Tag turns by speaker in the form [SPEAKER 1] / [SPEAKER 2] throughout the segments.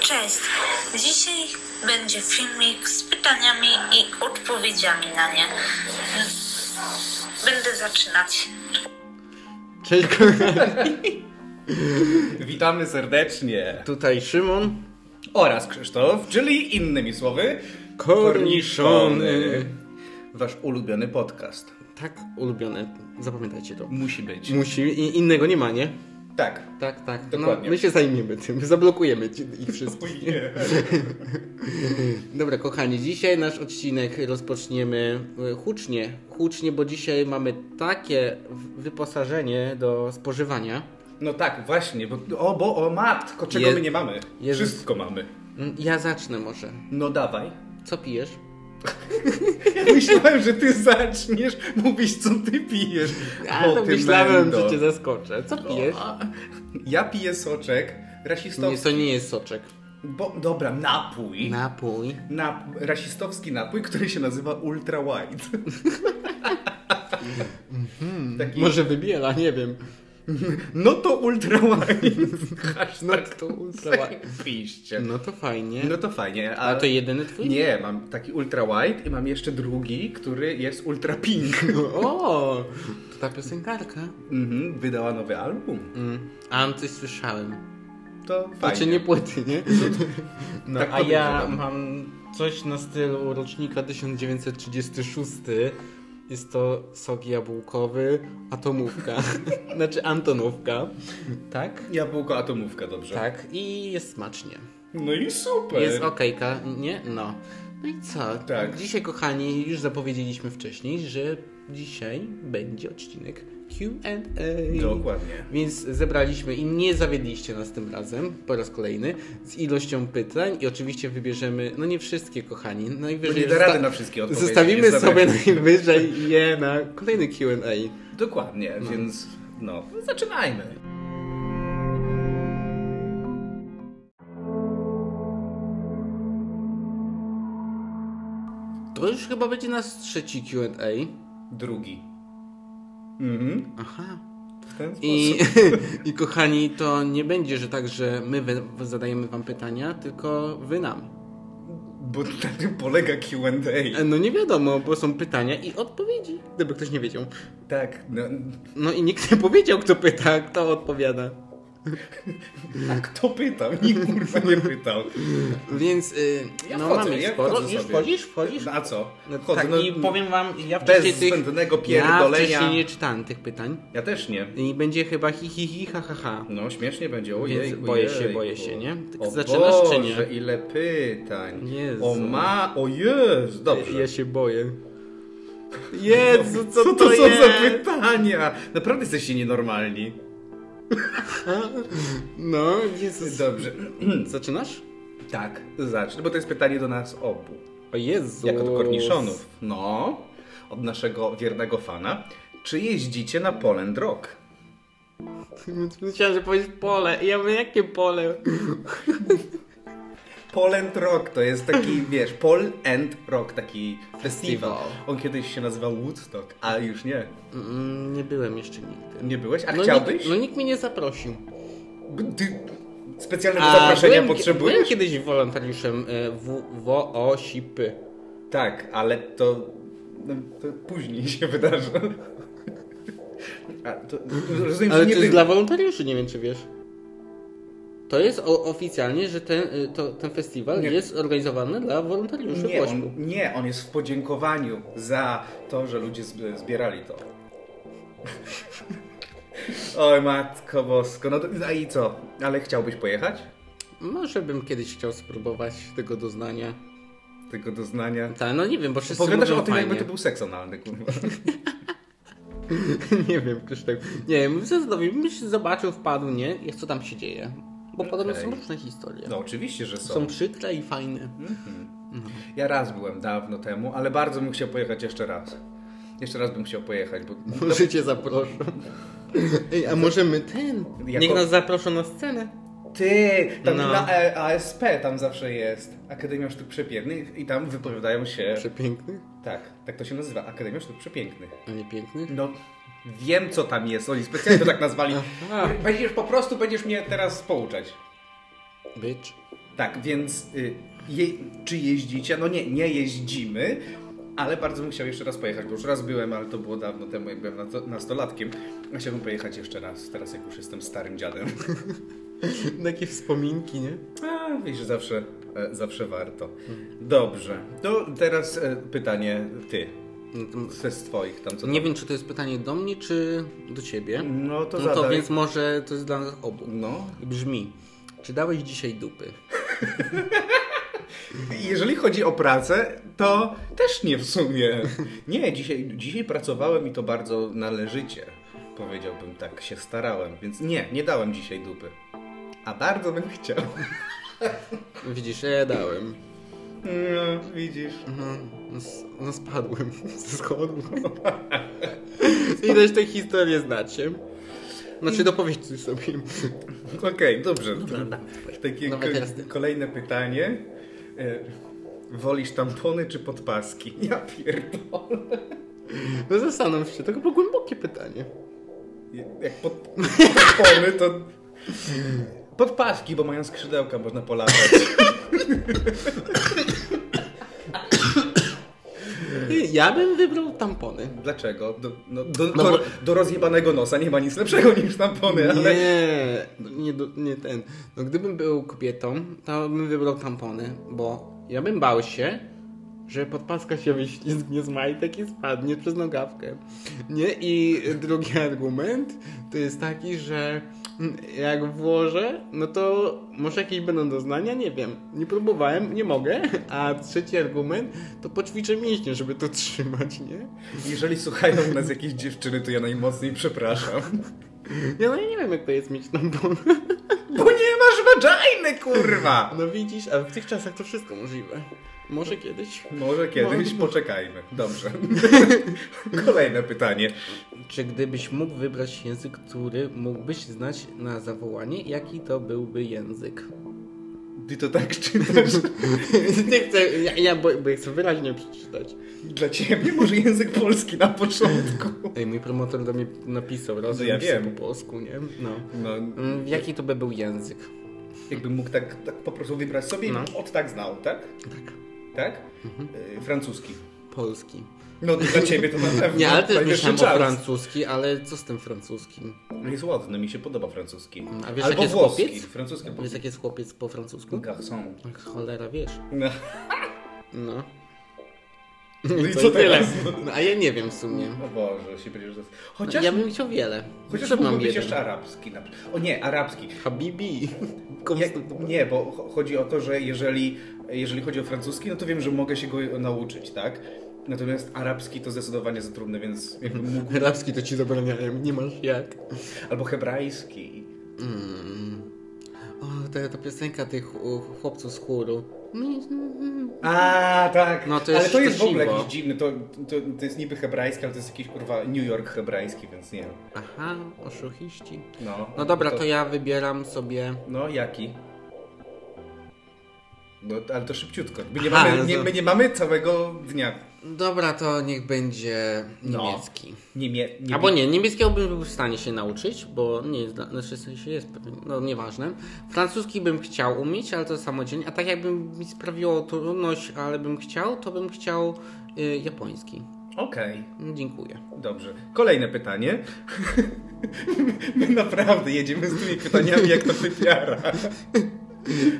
[SPEAKER 1] Cześć! Dzisiaj będzie filmik z pytaniami i odpowiedziami na nie. Będę zaczynać.
[SPEAKER 2] Cześć kochani.
[SPEAKER 3] Witamy serdecznie.
[SPEAKER 2] Tutaj Szymon.
[SPEAKER 3] Oraz Krzysztof, czyli innymi słowy
[SPEAKER 2] Korniszony.
[SPEAKER 3] Wasz ulubiony podcast.
[SPEAKER 2] Tak, ulubione. Zapamiętajcie to.
[SPEAKER 3] Musi być.
[SPEAKER 2] Musi, i innego nie ma, nie?
[SPEAKER 3] tak.
[SPEAKER 2] Tak, tak.
[SPEAKER 3] Dokładnie.
[SPEAKER 2] No, my się zajmiemy tym, zablokujemy ci- ich wszystkich. Dobra, kochani, dzisiaj nasz odcinek rozpoczniemy y, hucznie. Hucznie, bo dzisiaj mamy takie w- wyposażenie do spożywania.
[SPEAKER 3] No tak, właśnie, bo o, bo o matko, czego
[SPEAKER 2] Je-
[SPEAKER 3] my nie mamy?
[SPEAKER 2] Jezus.
[SPEAKER 3] Wszystko mamy.
[SPEAKER 2] Mm, Ja zacznę może.
[SPEAKER 3] No dawaj.
[SPEAKER 2] Co pijesz?
[SPEAKER 3] Myślałem, że ty zaczniesz mówić, co ty pijesz.
[SPEAKER 2] A,
[SPEAKER 3] O,
[SPEAKER 2] to
[SPEAKER 3] ty
[SPEAKER 2] myślałem,
[SPEAKER 3] mendo. No,
[SPEAKER 2] że cię zaskoczę. Co pijesz?
[SPEAKER 3] O, Ja piję soczek rasistowski.
[SPEAKER 2] Nie, to nie jest soczek.
[SPEAKER 3] Bo, dobra, napój.
[SPEAKER 2] Napój.
[SPEAKER 3] Nap- rasistowski napój, który się nazywa Ultra White. Taki,
[SPEAKER 2] Może wybiela, nie wiem.
[SPEAKER 3] No to Ultra White.
[SPEAKER 2] No to ultra
[SPEAKER 3] Piszcie.
[SPEAKER 2] No to fajnie.
[SPEAKER 3] No to fajnie.
[SPEAKER 2] A to jedyny twój?
[SPEAKER 3] Nie, mam taki Ultra White i mam jeszcze drugi, który jest Ultra Pink.
[SPEAKER 2] O, to ta piosenkarka.
[SPEAKER 3] Mhm, wydała nowy album.
[SPEAKER 2] Mm. A coś słyszałem.
[SPEAKER 3] To fajnie.
[SPEAKER 2] Znaczy nie płyty, nie? No,
[SPEAKER 3] Tak
[SPEAKER 2] a ja
[SPEAKER 3] podejrzewam.
[SPEAKER 2] mam coś na stylu rocznika 1936. Jest to sok jabłkowy, atomówka. znaczy antonówka. Tak?
[SPEAKER 3] Jabłko atomówka, dobrze.
[SPEAKER 2] Tak. I jest smacznie.
[SPEAKER 3] No i super.
[SPEAKER 2] Jest okejka, nie? No. No i co?
[SPEAKER 3] Tak.
[SPEAKER 2] Dzisiaj, kochani, już zapowiedzieliśmy wcześniej, że dzisiaj będzie odcinek Q&A.
[SPEAKER 3] Dokładnie.
[SPEAKER 2] Więc zebraliśmy i nie zawiedliście nas tym razem, po raz kolejny, z ilością pytań i oczywiście wybierzemy, no nie wszystkie, kochani, najwyżej
[SPEAKER 3] Bo No nie da
[SPEAKER 2] zosta-
[SPEAKER 3] rady na wszystkie odpowiedzi,
[SPEAKER 2] Zostawimy
[SPEAKER 3] niestety.
[SPEAKER 2] sobie najwyżej je na kolejny Q&A.
[SPEAKER 3] Dokładnie, więc no, zaczynajmy.
[SPEAKER 2] To już chyba będzie nasz trzeci Q&A.
[SPEAKER 3] Drugi. Mhm.
[SPEAKER 2] Aha,
[SPEAKER 3] W ten sposób.
[SPEAKER 2] I, I kochani, to nie będzie, że tak, że my wy, zadajemy wam pytania, tylko wy nam.
[SPEAKER 3] Bo na tym polega QA.
[SPEAKER 2] E, No nie wiadomo, bo są pytania i odpowiedzi, gdyby ktoś nie wiedział.
[SPEAKER 3] Tak, no,
[SPEAKER 2] No i nikt nie powiedział, kto pyta, kto odpowiada.
[SPEAKER 3] a
[SPEAKER 2] Tak.
[SPEAKER 3] kto pytał? Nikt kurwa nie pytał.
[SPEAKER 2] Więc y,
[SPEAKER 3] Ja
[SPEAKER 2] no
[SPEAKER 3] wchodzę,
[SPEAKER 2] mamy ich
[SPEAKER 3] ja
[SPEAKER 2] sporo.
[SPEAKER 3] wchodzę
[SPEAKER 2] Już
[SPEAKER 3] sobie.
[SPEAKER 2] wchodzisz, wchodzisz?
[SPEAKER 3] No a co?
[SPEAKER 2] No,
[SPEAKER 3] Chodzę,
[SPEAKER 2] tak,
[SPEAKER 3] no,
[SPEAKER 2] i powiem wam, ja
[SPEAKER 3] bez
[SPEAKER 2] wcześniej tych...
[SPEAKER 3] zbędnego
[SPEAKER 2] Ja
[SPEAKER 3] pierdolenia.
[SPEAKER 2] wcześniej nie czytałem tych pytań.
[SPEAKER 3] Ja też nie.
[SPEAKER 2] I będzie chyba hi hi hi ha ha ha.
[SPEAKER 3] No śmiesznie będzie,
[SPEAKER 2] Więc
[SPEAKER 3] ojej.
[SPEAKER 2] boję się, boję się, nie? Tak
[SPEAKER 3] o
[SPEAKER 2] zaczynasz
[SPEAKER 3] Boże,
[SPEAKER 2] czy nie?
[SPEAKER 3] ile pytań.
[SPEAKER 2] Jezu.
[SPEAKER 3] O ma, o jest, dobrze.
[SPEAKER 2] Ja się boję. Jezu, co,
[SPEAKER 3] Co to,
[SPEAKER 2] to
[SPEAKER 3] są
[SPEAKER 2] jest?
[SPEAKER 3] za pytania? Naprawdę jesteście nienormalni.
[SPEAKER 2] No, Jezus.
[SPEAKER 3] Dobrze.
[SPEAKER 2] Zaczynasz?
[SPEAKER 3] tak, zacznę, bo to jest pytanie do nas obu.
[SPEAKER 2] O Jezu.
[SPEAKER 3] Jak od korniszonów. No, od naszego wiernego fana. Czy jeździcie na Poland Rock?
[SPEAKER 2] Myślałem, że powiesz pole. I Ja mówię, jakie pole?
[SPEAKER 3] Poland Rock to jest taki, wiesz, Pol and Rock, taki festiwal.
[SPEAKER 2] Festiwal.
[SPEAKER 3] On kiedyś się nazywał Woodstock, a już nie.
[SPEAKER 2] Mm, Nie byłem jeszcze nigdy.
[SPEAKER 3] Nie byłeś? A
[SPEAKER 2] no,
[SPEAKER 3] chciałbyś?
[SPEAKER 2] Nikt, no nikt mnie nie zaprosił.
[SPEAKER 3] Ty specjalnego zaproszenia
[SPEAKER 2] byłem, Byłem
[SPEAKER 3] potrzebujesz?
[SPEAKER 2] kiedyś wolontariuszem e, w, w o SIP.
[SPEAKER 3] Tak, ale to, no, to później się wydarzy. A, to, rozumiem,
[SPEAKER 2] Ale to
[SPEAKER 3] że nie
[SPEAKER 2] jest
[SPEAKER 3] by...
[SPEAKER 2] dla wolontariuszy, nie wiem czy wiesz. To jest o, oficjalnie, że ten, y, to, ten festiwal
[SPEAKER 3] Nie.
[SPEAKER 2] jest organizowany dla wolontariuszy
[SPEAKER 3] nie,
[SPEAKER 2] w Łośku.
[SPEAKER 3] on, nie, on jest w podziękowaniu za to, że ludzie zb- zbierali to. Oj, matko bosko. No to, a i co? Ale chciałbyś pojechać?
[SPEAKER 2] Może bym kiedyś chciał spróbować tego doznania.
[SPEAKER 3] Tego doznania.
[SPEAKER 2] Ta, no nie wiem, bo wszyscy
[SPEAKER 3] Powiadasz
[SPEAKER 2] mówią
[SPEAKER 3] o tym,
[SPEAKER 2] fajnie.
[SPEAKER 3] jakby to był seks analny, kurwa.
[SPEAKER 2] Nie wiem, Krzysztof. Nie wiem, bym się zastanowił, bym się zobaczył, wpadł, nie? Jak co tam się dzieje? Bo podobno są
[SPEAKER 3] Okej.
[SPEAKER 2] różne historie.
[SPEAKER 3] No oczywiście, że są.
[SPEAKER 2] Są przykre i fajne.
[SPEAKER 3] Ja raz byłem dawno temu, ale bardzo bym chciał pojechać jeszcze raz. Jeszcze raz bym chciał pojechać, bo...
[SPEAKER 2] Może cię zaproszą. Ej, a może my ten?
[SPEAKER 3] Jako-
[SPEAKER 2] Niech nas zaproszą na scenę.
[SPEAKER 3] Ty! Tam
[SPEAKER 2] No.
[SPEAKER 3] na e, ASP tam zawsze jest. Akademia Sztuk Przepięknych i tam wypowiadają się...
[SPEAKER 2] Przepięknych?
[SPEAKER 3] Tak, tak to się nazywa. Akademia Sztuk Przepięknych.
[SPEAKER 2] A nie pięknych?
[SPEAKER 3] No, wiem co tam jest. Oni specjalnie to tak nazwali.
[SPEAKER 2] Aha.
[SPEAKER 3] Będziesz po prostu, będziesz mnie teraz pouczać.
[SPEAKER 2] Bitch.
[SPEAKER 3] Tak, więc y, je, czy jeździcie? No nie, nie jeździmy, ale bardzo bym chciał jeszcze raz pojechać, bo już raz byłem, ale to było dawno temu, jak byłem nato- nastolatkiem. Chciałbym pojechać jeszcze raz, teraz jak już jestem starym dziadem.
[SPEAKER 2] Takie wspominki, nie?
[SPEAKER 3] A, wiesz, zawsze, e, zawsze warto. Dobrze, to teraz e, pytanie ty, ze swoich tam co
[SPEAKER 2] Nie
[SPEAKER 3] tam.
[SPEAKER 2] wiem, czy to jest pytanie do mnie, czy do ciebie.
[SPEAKER 3] No to
[SPEAKER 2] No to
[SPEAKER 3] zadaj.
[SPEAKER 2] więc może to jest dla nas obu.
[SPEAKER 3] No,
[SPEAKER 2] Brzmi, czy dałeś dzisiaj dupy?
[SPEAKER 3] Jeżeli chodzi o pracę, to też nie w sumie. Nie, dzisiaj, dzisiaj pracowałem i to bardzo należycie. Powiedziałbym tak, się starałem, więc nie, nie dałem dzisiaj dupy. A bardzo bym chciał.
[SPEAKER 2] Widzisz, ja dałem.
[SPEAKER 3] No, widzisz.
[SPEAKER 2] No, s- no spadłem ze schodu. Ileś tę historię znacie. Znaczy dopowiedzcie sobie.
[SPEAKER 3] Okej, dobrze. Takie
[SPEAKER 2] Dawaj
[SPEAKER 3] ko-
[SPEAKER 2] teraz ty.
[SPEAKER 3] kolejne pytanie. E, Wolisz tampony czy podpaski? Ja pierdolę.
[SPEAKER 2] No zastanów się, to było głębokie pytanie.
[SPEAKER 3] Jak pod, podpony, to... Podpaski, bo mają skrzydełka, można polatać.
[SPEAKER 2] Ja bym wybrał tampony.
[SPEAKER 3] Dlaczego? Do, no, do,
[SPEAKER 2] No
[SPEAKER 3] do,
[SPEAKER 2] bo-
[SPEAKER 3] do rozjebanego nosa nie ma nic lepszego niż tampony, ale...
[SPEAKER 2] Nie, nie, do- nie ten. No gdybym był kobietą, to bym wybrał tampony, bo ja bym bał się, że podpaska się wyślizgnie z majtek i spadnie przez nogawkę. Nie? I drugi argument to jest taki, że mm, jak włożę, no to może jakieś będą doznania, nie wiem. Nie próbowałem, nie mogę. A trzeci argument to poćwiczę mięśnie, żeby to trzymać, nie?
[SPEAKER 3] Jeżeli słuchają nas jakieś dziewczyny, to ja najmocniej przepraszam.
[SPEAKER 2] Ja no ja nie wiem, jak to jest mieć tampon.
[SPEAKER 3] Bo nie masz vaginy, kurwa!
[SPEAKER 2] No widzisz, a w tych czasach to wszystko możliwe. Może kiedyś.
[SPEAKER 3] Może kiedyś
[SPEAKER 2] No.
[SPEAKER 3] poczekajmy. Dobrze. Kolejne pytanie.
[SPEAKER 2] Czy gdybyś mógł wybrać język, który mógłbyś znać na zawołanie, jaki to byłby język?
[SPEAKER 3] Ty to tak czytasz?
[SPEAKER 2] Nie chcę, ja, ja bo, bo ja chcę wyraźnie przeczytać.
[SPEAKER 3] Dla ciebie może język polski na początku.
[SPEAKER 2] Ej, mój promotor do mnie napisał, rozumiem
[SPEAKER 3] No ja
[SPEAKER 2] się
[SPEAKER 3] wiem.
[SPEAKER 2] po polsku, nie? No.
[SPEAKER 3] No,
[SPEAKER 2] Mm, Jaki to by był język?
[SPEAKER 3] jakbym mógł tak, tak po prostu wybrać sobie i
[SPEAKER 2] No. Mhm.
[SPEAKER 3] od tak znał, tak?
[SPEAKER 2] Tak,
[SPEAKER 3] Tak? Y, Francuski.
[SPEAKER 2] polski.
[SPEAKER 3] No dla ciebie No, to na pewno.
[SPEAKER 2] Nie, ale też
[SPEAKER 3] najwyższy
[SPEAKER 2] myślałem o
[SPEAKER 3] czas.
[SPEAKER 2] francuski, ale co z tym francuskim?
[SPEAKER 3] Jest ładny, mi się podoba francuski.
[SPEAKER 2] A wiesz,
[SPEAKER 3] Albo
[SPEAKER 2] jaki jest
[SPEAKER 3] włoski.
[SPEAKER 2] chłopiec? Mhm.
[SPEAKER 3] Francuski albo
[SPEAKER 2] Wiesz, jak jest chłopiec po francusku?
[SPEAKER 3] garçon.
[SPEAKER 2] Ach, Cholera, wiesz.
[SPEAKER 3] No.
[SPEAKER 2] No.
[SPEAKER 3] No
[SPEAKER 2] I co tyle. No, a ja nie wiem w sumie.
[SPEAKER 3] O Boże, się będziesz... zas- Chociaż,
[SPEAKER 2] No, Ja bym chciał wiele.
[SPEAKER 3] chociaż
[SPEAKER 2] Zresztą
[SPEAKER 3] mógłby być
[SPEAKER 2] jeden.
[SPEAKER 3] jeszcze arabski. Na... przykład. O nie, arabski.
[SPEAKER 2] Habibi.
[SPEAKER 3] Nie, nie, bo cho- chodzi o to, że jeżeli, jeżeli chodzi o francuski, no to wiem, że mogę się go nauczyć, tak? Natomiast arabski to zdecydowanie za trudne, więc
[SPEAKER 2] Mhm.
[SPEAKER 3] jakbym mógł...
[SPEAKER 2] Arabski to ci zabraniałem, nie masz jak.
[SPEAKER 3] Albo hebrajski.
[SPEAKER 2] Mm. O, ta, ta piosenka tych u, chłopców z chóru.
[SPEAKER 3] A, tak.
[SPEAKER 2] No to
[SPEAKER 3] ale
[SPEAKER 2] jest
[SPEAKER 3] to jest w ogóle
[SPEAKER 2] szczęśliwo.
[SPEAKER 3] jakiś dziwny, to, to, to jest niby hebrajski, ale to jest jakiś kurwa New York hebrajski, więc nie wiem.
[SPEAKER 2] Aha, oszuchiści.
[SPEAKER 3] No,
[SPEAKER 2] No dobra, to ja wybieram sobie...
[SPEAKER 3] No, jaki? No, ale to szybciutko. My nie,
[SPEAKER 2] Aha,
[SPEAKER 3] mamy,
[SPEAKER 2] no
[SPEAKER 3] nie,
[SPEAKER 2] to-
[SPEAKER 3] my nie mamy całego dnia.
[SPEAKER 2] Dobra, to niech będzie
[SPEAKER 3] No.
[SPEAKER 2] niemiecki.
[SPEAKER 3] Niemie, nie,
[SPEAKER 2] Albo nie, niebieskiego bym był w stanie się nauczyć, bo nie jest, dla- znaczy w sensie jest pewnie, no nieważne. Francuski bym chciał umieć, ale to samodzielnie, a tak jakby mi sprawiło trudność, ale bym chciał, to bym chciał y, japoński.
[SPEAKER 3] Okej,
[SPEAKER 2] Mm, Dziękuję.
[SPEAKER 3] dobrze. Kolejne pytanie. My naprawdę jedziemy z tymi pytaniami jak to typiara.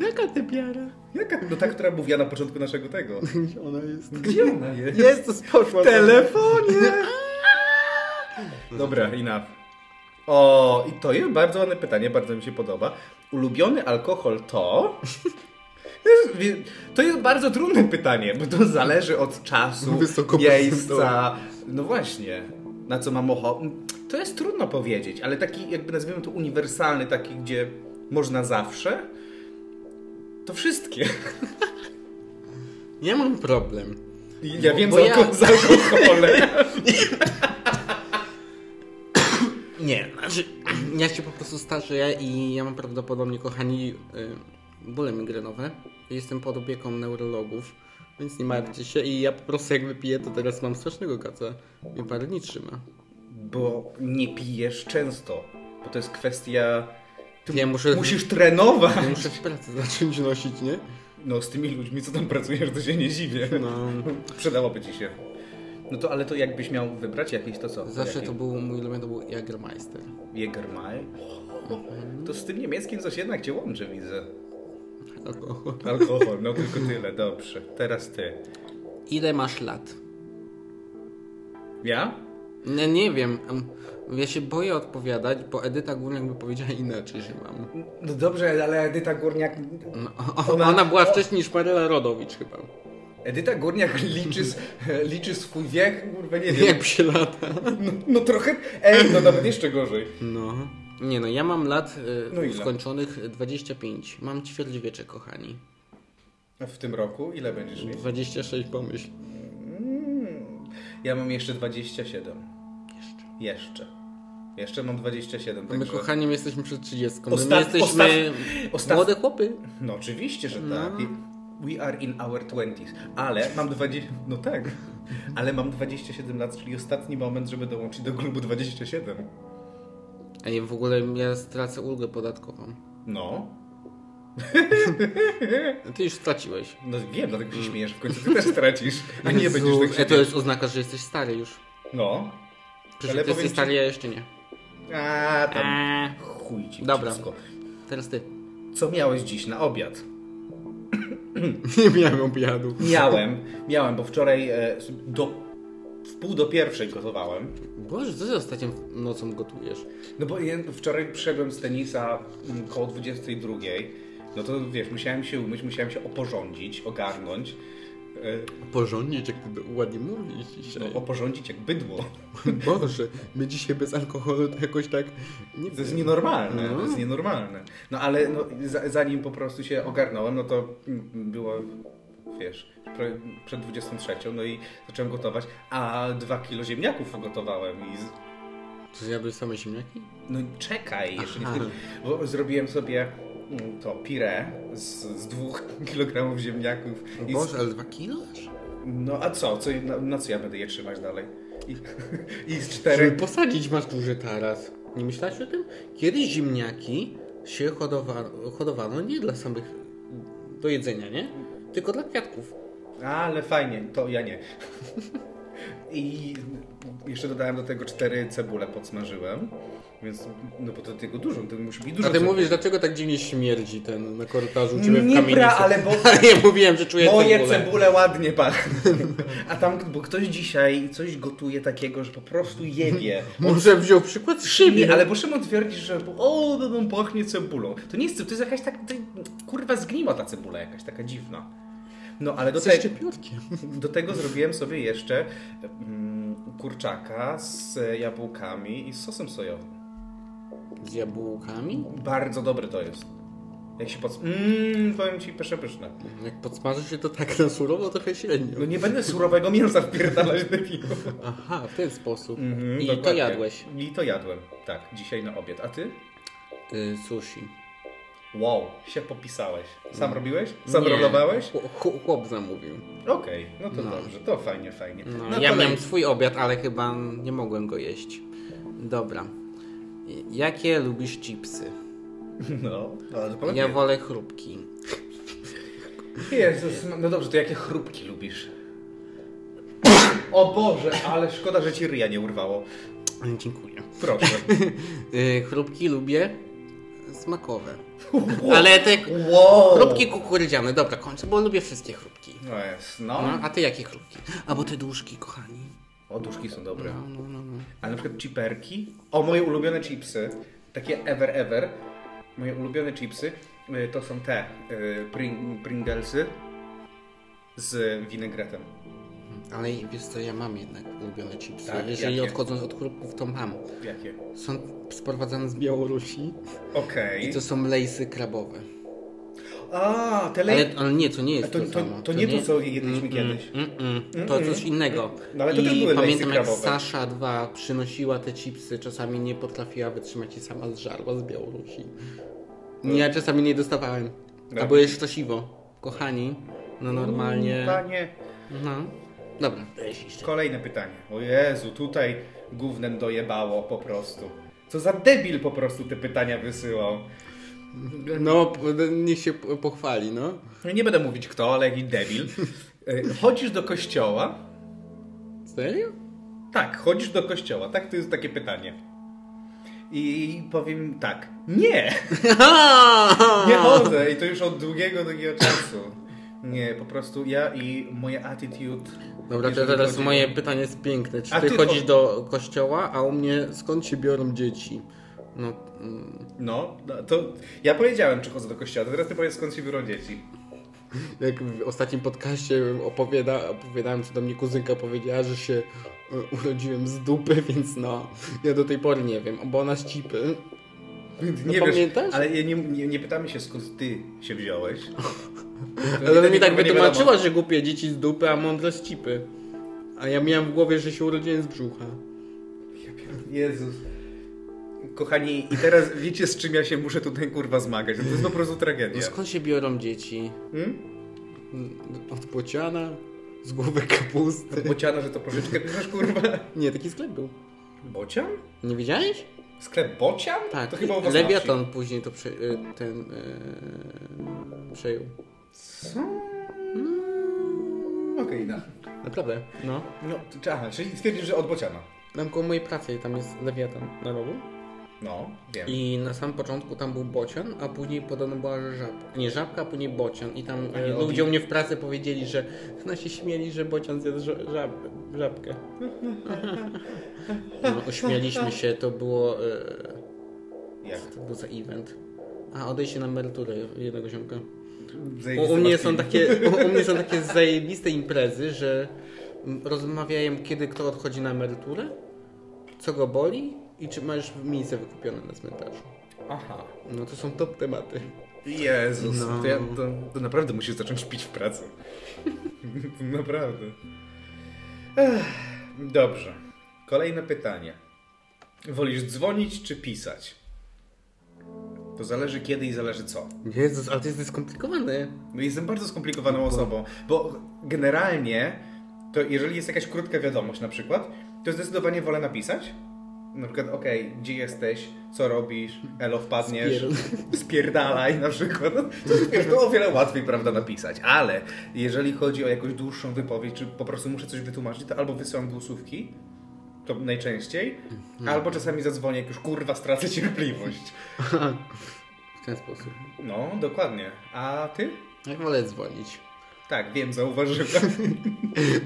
[SPEAKER 2] Jaka ty piara?
[SPEAKER 3] Jaka? No ta, która mówiła na początku naszego tego.
[SPEAKER 2] Gdzie ona jest?
[SPEAKER 3] Gdzie ona jest?
[SPEAKER 2] Jest, poszła.
[SPEAKER 3] W telefonie! Dobra, enough. O, i to jest bardzo ładne pytanie, bardzo mi się podoba. Ulubiony alkohol to... To jest- wie- To jest bardzo trudne pytanie, bo to zależy od czasu,
[SPEAKER 2] Wysoko
[SPEAKER 3] miejsca. No właśnie, na co mam ochotę. To jest trudno powiedzieć, ale taki jakby nazwijmy to uniwersalny, taki gdzie można zawsze, to wszystkie.
[SPEAKER 2] Ja mam problem.
[SPEAKER 3] Ja
[SPEAKER 2] Bo-
[SPEAKER 3] wiem
[SPEAKER 2] bo
[SPEAKER 3] z,
[SPEAKER 2] ja-
[SPEAKER 3] alko- z alkoholem.
[SPEAKER 2] Nie, znaczy, ja się po prostu starzeję i ja mam prawdopodobnie, kochani, y, bóle migrenowe. Jestem pod opieką neurologów, więc nie martwcie się i ja po prostu jak wypiję, to teraz mam strasznego kaca. Mnie parę nie trzyma.
[SPEAKER 3] bo nie pijesz często. Bo to jest kwestia Ty
[SPEAKER 2] Ja muszę-
[SPEAKER 3] Musisz trenować.
[SPEAKER 2] Ja muszę pracę zacząć nosić, nie?
[SPEAKER 3] No z tymi ludźmi, co tam pracujesz, to się nie dziwię.
[SPEAKER 2] No.
[SPEAKER 3] Przydałoby ci się. No to, ale to jakbyś miał wybrać jakieś, to co?
[SPEAKER 2] Zawsze
[SPEAKER 3] Jakie?
[SPEAKER 2] to był mój element, to był Jagermeister.
[SPEAKER 3] Jägermeier? To z tym niemieckim coś jednak cię łączy, widzę.
[SPEAKER 2] Alkohol.
[SPEAKER 3] Alkohol, no tylko tyle, dobrze. Teraz ty.
[SPEAKER 2] Ile masz lat?
[SPEAKER 3] Ja?
[SPEAKER 2] Nie, nie wiem. em, Ja się boję odpowiadać, bo Edyta Górniak by powiedziała inaczej, że mam.
[SPEAKER 3] No dobrze, ale Edyta Górniak...
[SPEAKER 2] No, o- ona, była wcześniej niż Marela Rodowicz chyba.
[SPEAKER 3] Edyta Górniak liczy, s- liczy swój wiek, kurwa nie wiem.
[SPEAKER 2] Jak się lata.
[SPEAKER 3] No, no trochę... Ej, no nawet jeszcze gorzej.
[SPEAKER 2] No. Nie no, ja mam lat y,
[SPEAKER 3] No ile?
[SPEAKER 2] skończonych 25. Mam ćwierćwiecze, kochani.
[SPEAKER 3] A w tym roku ile będziesz mieć?
[SPEAKER 2] 26 pomyśl.
[SPEAKER 3] Ja mam jeszcze 27.
[SPEAKER 2] Jeszcze. No
[SPEAKER 3] Jeszcze. Jeszcze mam 27,
[SPEAKER 2] My
[SPEAKER 3] także...
[SPEAKER 2] kochaniem jesteśmy przed 30. My
[SPEAKER 3] Osta-
[SPEAKER 2] nie jesteśmy
[SPEAKER 3] osta- osta-
[SPEAKER 2] młode chłopy.
[SPEAKER 3] No oczywiście, że tak. I- We are in our 20s. Ale mam 20... No tak. Ale mam 27 lat, czyli ostatni moment, żeby dołączyć do klubu 27.
[SPEAKER 2] Ej, w ogóle ja stracę ulgę podatkową.
[SPEAKER 3] No.
[SPEAKER 2] Ty już straciłeś.
[SPEAKER 3] No wiem, dlatego się śmiejesz. W końcu ty też stracisz. A nie
[SPEAKER 2] Jezu,
[SPEAKER 3] będziesz tak
[SPEAKER 2] e, to
[SPEAKER 3] siedzieć.
[SPEAKER 2] jest oznaka, że jesteś stary już.
[SPEAKER 3] No.
[SPEAKER 2] Przecież
[SPEAKER 3] Ale
[SPEAKER 2] ty jesteś
[SPEAKER 3] powiem ci-
[SPEAKER 2] stary, ja jeszcze nie.
[SPEAKER 3] A tam...
[SPEAKER 2] Eee.
[SPEAKER 3] Chuj ci
[SPEAKER 2] Dobra.
[SPEAKER 3] dziecko.
[SPEAKER 2] Teraz ty.
[SPEAKER 3] Co miałeś dziś na obiad?
[SPEAKER 2] Nie miałem obiadu.
[SPEAKER 3] Miałem. Miałem, bo wczoraj e, do... w pół do pierwszej gotowałem.
[SPEAKER 2] Boże, co ty ostatnią nocą gotujesz?
[SPEAKER 3] No bo ja wczoraj przyszedłem z tenisa mm, koło 22. No to wiesz, musiałem się umyć, musiałem się oporządzić, ogarnąć. E,
[SPEAKER 2] Porządnie, jak ty ładnie mówisz dzisiaj.
[SPEAKER 3] No, oporządzić jak bydło.
[SPEAKER 2] Boże, my dzisiaj bez alkoholu to jakoś tak... Nie
[SPEAKER 3] To jest
[SPEAKER 2] wiem.
[SPEAKER 3] nienormalne,
[SPEAKER 2] No.
[SPEAKER 3] to jest nienormalne. No ale no, za, zanim po prostu się ogarnąłem, no to mm, było, wiesz, pre, przed 23, no i zacząłem gotować, a dwa kilo ziemniaków ugotowałem i z,
[SPEAKER 2] Czy zjadłeś same ziemniaki?
[SPEAKER 3] No czekaj, jeszcze nie
[SPEAKER 2] Aha.
[SPEAKER 3] skończyłem, bo zrobiłem sobie mm, to pire z, z dwóch kilogramów ziemniaków.
[SPEAKER 2] O
[SPEAKER 3] i z,
[SPEAKER 2] Boże, ale dwa kilo aż?
[SPEAKER 3] no a co? co na, na co ja będę je trzymać dalej? I, i z
[SPEAKER 2] Żeby
[SPEAKER 3] czterech.
[SPEAKER 2] posadzić masz duży taras. Nie myślałeś o tym? Kiedyś ziemniaki się hodowano, hodowano nie dla samych do jedzenia, nie? Tylko dla kwiatków.
[SPEAKER 3] Ale fajnie, to ja nie. I jeszcze dodałem do tego cztery cebule podsmażyłem. Więc, no bo to tylko dużo, to musi być dużo.
[SPEAKER 2] A ty
[SPEAKER 3] cebuli.
[SPEAKER 2] mówisz, dlaczego tak dziwnie śmierdzi ten na korytarzu u ciebie w
[SPEAKER 3] Nie
[SPEAKER 2] kamienicy?
[SPEAKER 3] bra, ale bo-
[SPEAKER 2] ja mówiłem, że czuję
[SPEAKER 3] Moje cebule.
[SPEAKER 2] cebulę.
[SPEAKER 3] ładnie pachną. A tam, bo ktoś dzisiaj coś gotuje takiego, że po prostu jebie.
[SPEAKER 2] Może wziął przykład z siebie. no.
[SPEAKER 3] Nie, ale bo Szymon twierdzi, że o, no, no, pachnie cebulą. To nie jest cebula, to jest jakaś tak, to, kurwa zgniła ta cebula jakaś, taka dziwna. No, ale do,
[SPEAKER 2] Ze
[SPEAKER 3] te,
[SPEAKER 2] szczepionkiem.
[SPEAKER 3] do tego zrobiłem sobie jeszcze mm, kurczaka z jabłkami i z sosem sojowym.
[SPEAKER 2] Z jabłkami?
[SPEAKER 3] Bardzo dobre to jest. Jak się pod... Mmm, powiem ci, pysze, pyszne.
[SPEAKER 2] Jak podsmaży się to tak na surowo, trochę średnio.
[SPEAKER 3] No nie będę surowego mięsa wpierdalać do piwa.
[SPEAKER 2] Aha, w ten sposób.
[SPEAKER 3] Mhm,
[SPEAKER 2] I to
[SPEAKER 3] dokładnie.
[SPEAKER 2] jadłeś.
[SPEAKER 3] I to jadłem, tak, dzisiaj na obiad. A ty?
[SPEAKER 2] Y, sushi.
[SPEAKER 3] Wow, się popisałeś. Sam robiłeś? Sam
[SPEAKER 2] Mm. Nie.
[SPEAKER 3] rolowałeś?
[SPEAKER 2] Ch- ch- Chłop zamówił.
[SPEAKER 3] Okej, no to
[SPEAKER 2] No.
[SPEAKER 3] dobrze, to fajnie, fajnie.
[SPEAKER 2] No,
[SPEAKER 3] No
[SPEAKER 2] ja
[SPEAKER 3] dalej.
[SPEAKER 2] miałem swój obiad, ale chyba nie mogłem go jeść. Dobra. Jakie lubisz chipsy?
[SPEAKER 3] No, ale to
[SPEAKER 2] Ja
[SPEAKER 3] ja
[SPEAKER 2] wolę chrupki.
[SPEAKER 3] Jezus, no dobrze, to jakie chrupki lubisz? O Boże, ale szkoda, że ci ryja nie urwało.
[SPEAKER 2] Dziękuję.
[SPEAKER 3] Proszę.
[SPEAKER 2] Y, Chrupki lubię smakowe. Ale te k-
[SPEAKER 3] Wow!
[SPEAKER 2] chrupki kukurydziane, dobra, kończę, bo lubię wszystkie chrupki.
[SPEAKER 3] No jest,
[SPEAKER 2] No,
[SPEAKER 3] no.
[SPEAKER 2] a ty jakie chrupki? Albo te duszki, kochani.
[SPEAKER 3] O, duszki są dobre.
[SPEAKER 2] No, no, no, no.
[SPEAKER 3] A na przykład chiperki? O, moje ulubione chipsy. Takie ever, ever. Moje ulubione chipsy y, to są te y, pring- Pringlesy z winegretem.
[SPEAKER 2] Ale wiesz co, ja mam jednak ulubione chipsy.
[SPEAKER 3] Tak?
[SPEAKER 2] Jeżeli
[SPEAKER 3] Jakie?
[SPEAKER 2] odchodząc od chrupków, to mam.
[SPEAKER 3] Jakie?
[SPEAKER 2] Są sprowadzane z Białorusi
[SPEAKER 3] Okej.
[SPEAKER 2] i to są lejsy krabowe.
[SPEAKER 3] A, te lej...
[SPEAKER 2] Ale, ale nie, to nie jest
[SPEAKER 3] To,
[SPEAKER 2] to,
[SPEAKER 3] to,
[SPEAKER 2] samo.
[SPEAKER 3] to nie to, co
[SPEAKER 2] Mm,
[SPEAKER 3] jedliśmy kiedyś.
[SPEAKER 2] Mm-mm, to coś innego.
[SPEAKER 3] Mhm. No ale to
[SPEAKER 2] I
[SPEAKER 3] też były
[SPEAKER 2] pamiętam
[SPEAKER 3] lejsy
[SPEAKER 2] jak
[SPEAKER 3] krabowe.
[SPEAKER 2] Sasza 2 przynosiła te chipsy, czasami nie potrafiła wytrzymać i sama zżarła z Białorusi. Ja czasami nie dostawałem.
[SPEAKER 3] No. Mm,
[SPEAKER 2] Albo jeszcze to siwo. Kochani, no normalnie.
[SPEAKER 3] Pytanie,
[SPEAKER 2] No. Dobra.
[SPEAKER 3] kolejne pytanie. O Jezu, tutaj gównem dojebało po prostu. Co za debil po prostu te pytania wysyłał.
[SPEAKER 2] No, p- niech się p- pochwali, no.
[SPEAKER 3] Nie będę mówić kto, ale jakiś debil. Y, Chodzisz do kościoła?
[SPEAKER 2] Serio?
[SPEAKER 3] Tak, chodzisz do kościoła. Tak, to jest takie pytanie. I powiem tak. Nie! Nie chodzę i to już od długiego, długiego czasu. Nie, po prostu ja i moja attitude.
[SPEAKER 2] Dobra, to
[SPEAKER 3] jeżeli
[SPEAKER 2] teraz
[SPEAKER 3] chodzi o-
[SPEAKER 2] moje pytanie jest piękne. Czy
[SPEAKER 3] A
[SPEAKER 2] ty
[SPEAKER 3] ty
[SPEAKER 2] chodzisz
[SPEAKER 3] cho-
[SPEAKER 2] do kościoła, a u mnie skąd się biorą dzieci? No, mm,
[SPEAKER 3] No, no, to ja powiedziałem, czy chodzę do kościoła, to teraz ty powiedz skąd się biorą dzieci.
[SPEAKER 2] jak w ostatnim podcaście opowiada, opowiadałem, co do mnie kuzynka powiedziała, że się e, urodziłem z dupy, więc no, ja do tej pory nie wiem, bo ona ścipy. No
[SPEAKER 3] Nie
[SPEAKER 2] pamiętasz?
[SPEAKER 3] Wiesz, ale ja nie, nie, nie pytamy się skąd ty się wziąłeś. To
[SPEAKER 2] Ale ona mi
[SPEAKER 3] nikogo
[SPEAKER 2] tak
[SPEAKER 3] nie
[SPEAKER 2] wytłumaczyła,
[SPEAKER 3] wiadomo.
[SPEAKER 2] że głupie dzieci z dupy, a mądre z cipy. A ja miałem w głowie, że się urodziłem z brzucha.
[SPEAKER 3] Jezus. Kochani, i teraz wiecie z czym ja się muszę tutaj kurwa zmagać. To jest po prostu tragedia.
[SPEAKER 2] No skąd się biorą dzieci?
[SPEAKER 3] Hmm?
[SPEAKER 2] Od płociana? Z głowy kapusty?
[SPEAKER 3] Bociana, że to pożyczkę bierzesz, kurwa.
[SPEAKER 2] Nie, taki sklep był.
[SPEAKER 3] Bocian?
[SPEAKER 2] Nie widziałeś?
[SPEAKER 3] Sklep Bocian?
[SPEAKER 2] Tak,
[SPEAKER 3] To chyba u was na
[SPEAKER 2] Lewiatan później to prze, y, ten y, przejął.
[SPEAKER 3] wsi. Co? No, Okej, da.
[SPEAKER 2] Naprawdę? No.
[SPEAKER 3] No, czy- aha, czyli stwierdzisz, że od Bociana.
[SPEAKER 2] Tam koło mojej pracy tam jest Lewiatan na rogu.
[SPEAKER 3] No, wiem.
[SPEAKER 2] I na samym początku tam był bocian, a później podobno była żabka. Nie żabka, a później bocian. I tam
[SPEAKER 3] A nie
[SPEAKER 2] e,
[SPEAKER 3] obi-
[SPEAKER 2] ludzie u mnie w pracy powiedzieli, że no się śmieli, że bocian zjadł ża- żabkę. żabkę. No, ośmieliśmy się, to było... E,
[SPEAKER 3] Jak?
[SPEAKER 2] co to był za event? A, odejście na emeryturę jednego ziomka.
[SPEAKER 3] Zajebisty
[SPEAKER 2] U, u, mnie
[SPEAKER 3] masz
[SPEAKER 2] są
[SPEAKER 3] film.
[SPEAKER 2] takie, u, u mnie są takie zajebiste imprezy, że m, rozmawiają kiedy kto odchodzi na emeryturę, co go boli i czy masz miejsce wykupione na cmentarzu.
[SPEAKER 3] Aha.
[SPEAKER 2] No to są top tematy.
[SPEAKER 3] Jezus,
[SPEAKER 2] No.
[SPEAKER 3] to, ja, to, to naprawdę musisz zacząć pić w pracy. naprawdę. Ech, dobrze. Kolejne pytanie. Wolisz dzwonić czy pisać? To zależy kiedy i zależy co.
[SPEAKER 2] Jezus, ale to jest skomplikowany.
[SPEAKER 3] No Jestem bardzo skomplikowaną osobą, bo generalnie to jeżeli jest jakaś krótka wiadomość na przykład, to zdecydowanie wolę napisać. Na przykład, okej, gdzie jesteś, co robisz, elo wpadniesz, spierdalaj na przykład. No, To, jest, wiesz, to o wiele łatwiej, prawda, napisać. Ale jeżeli chodzi o jakąś dłuższą wypowiedź, czy po prostu muszę coś wytłumaczyć, to albo wysyłam głosówki, to najczęściej, albo czasami zadzwonię, jak już kurwa stracę cierpliwość.
[SPEAKER 2] W ten sposób.
[SPEAKER 3] No, dokładnie. A ty?
[SPEAKER 2] Jak wolę dzwonić.
[SPEAKER 3] Tak, wiem, zauważyłem.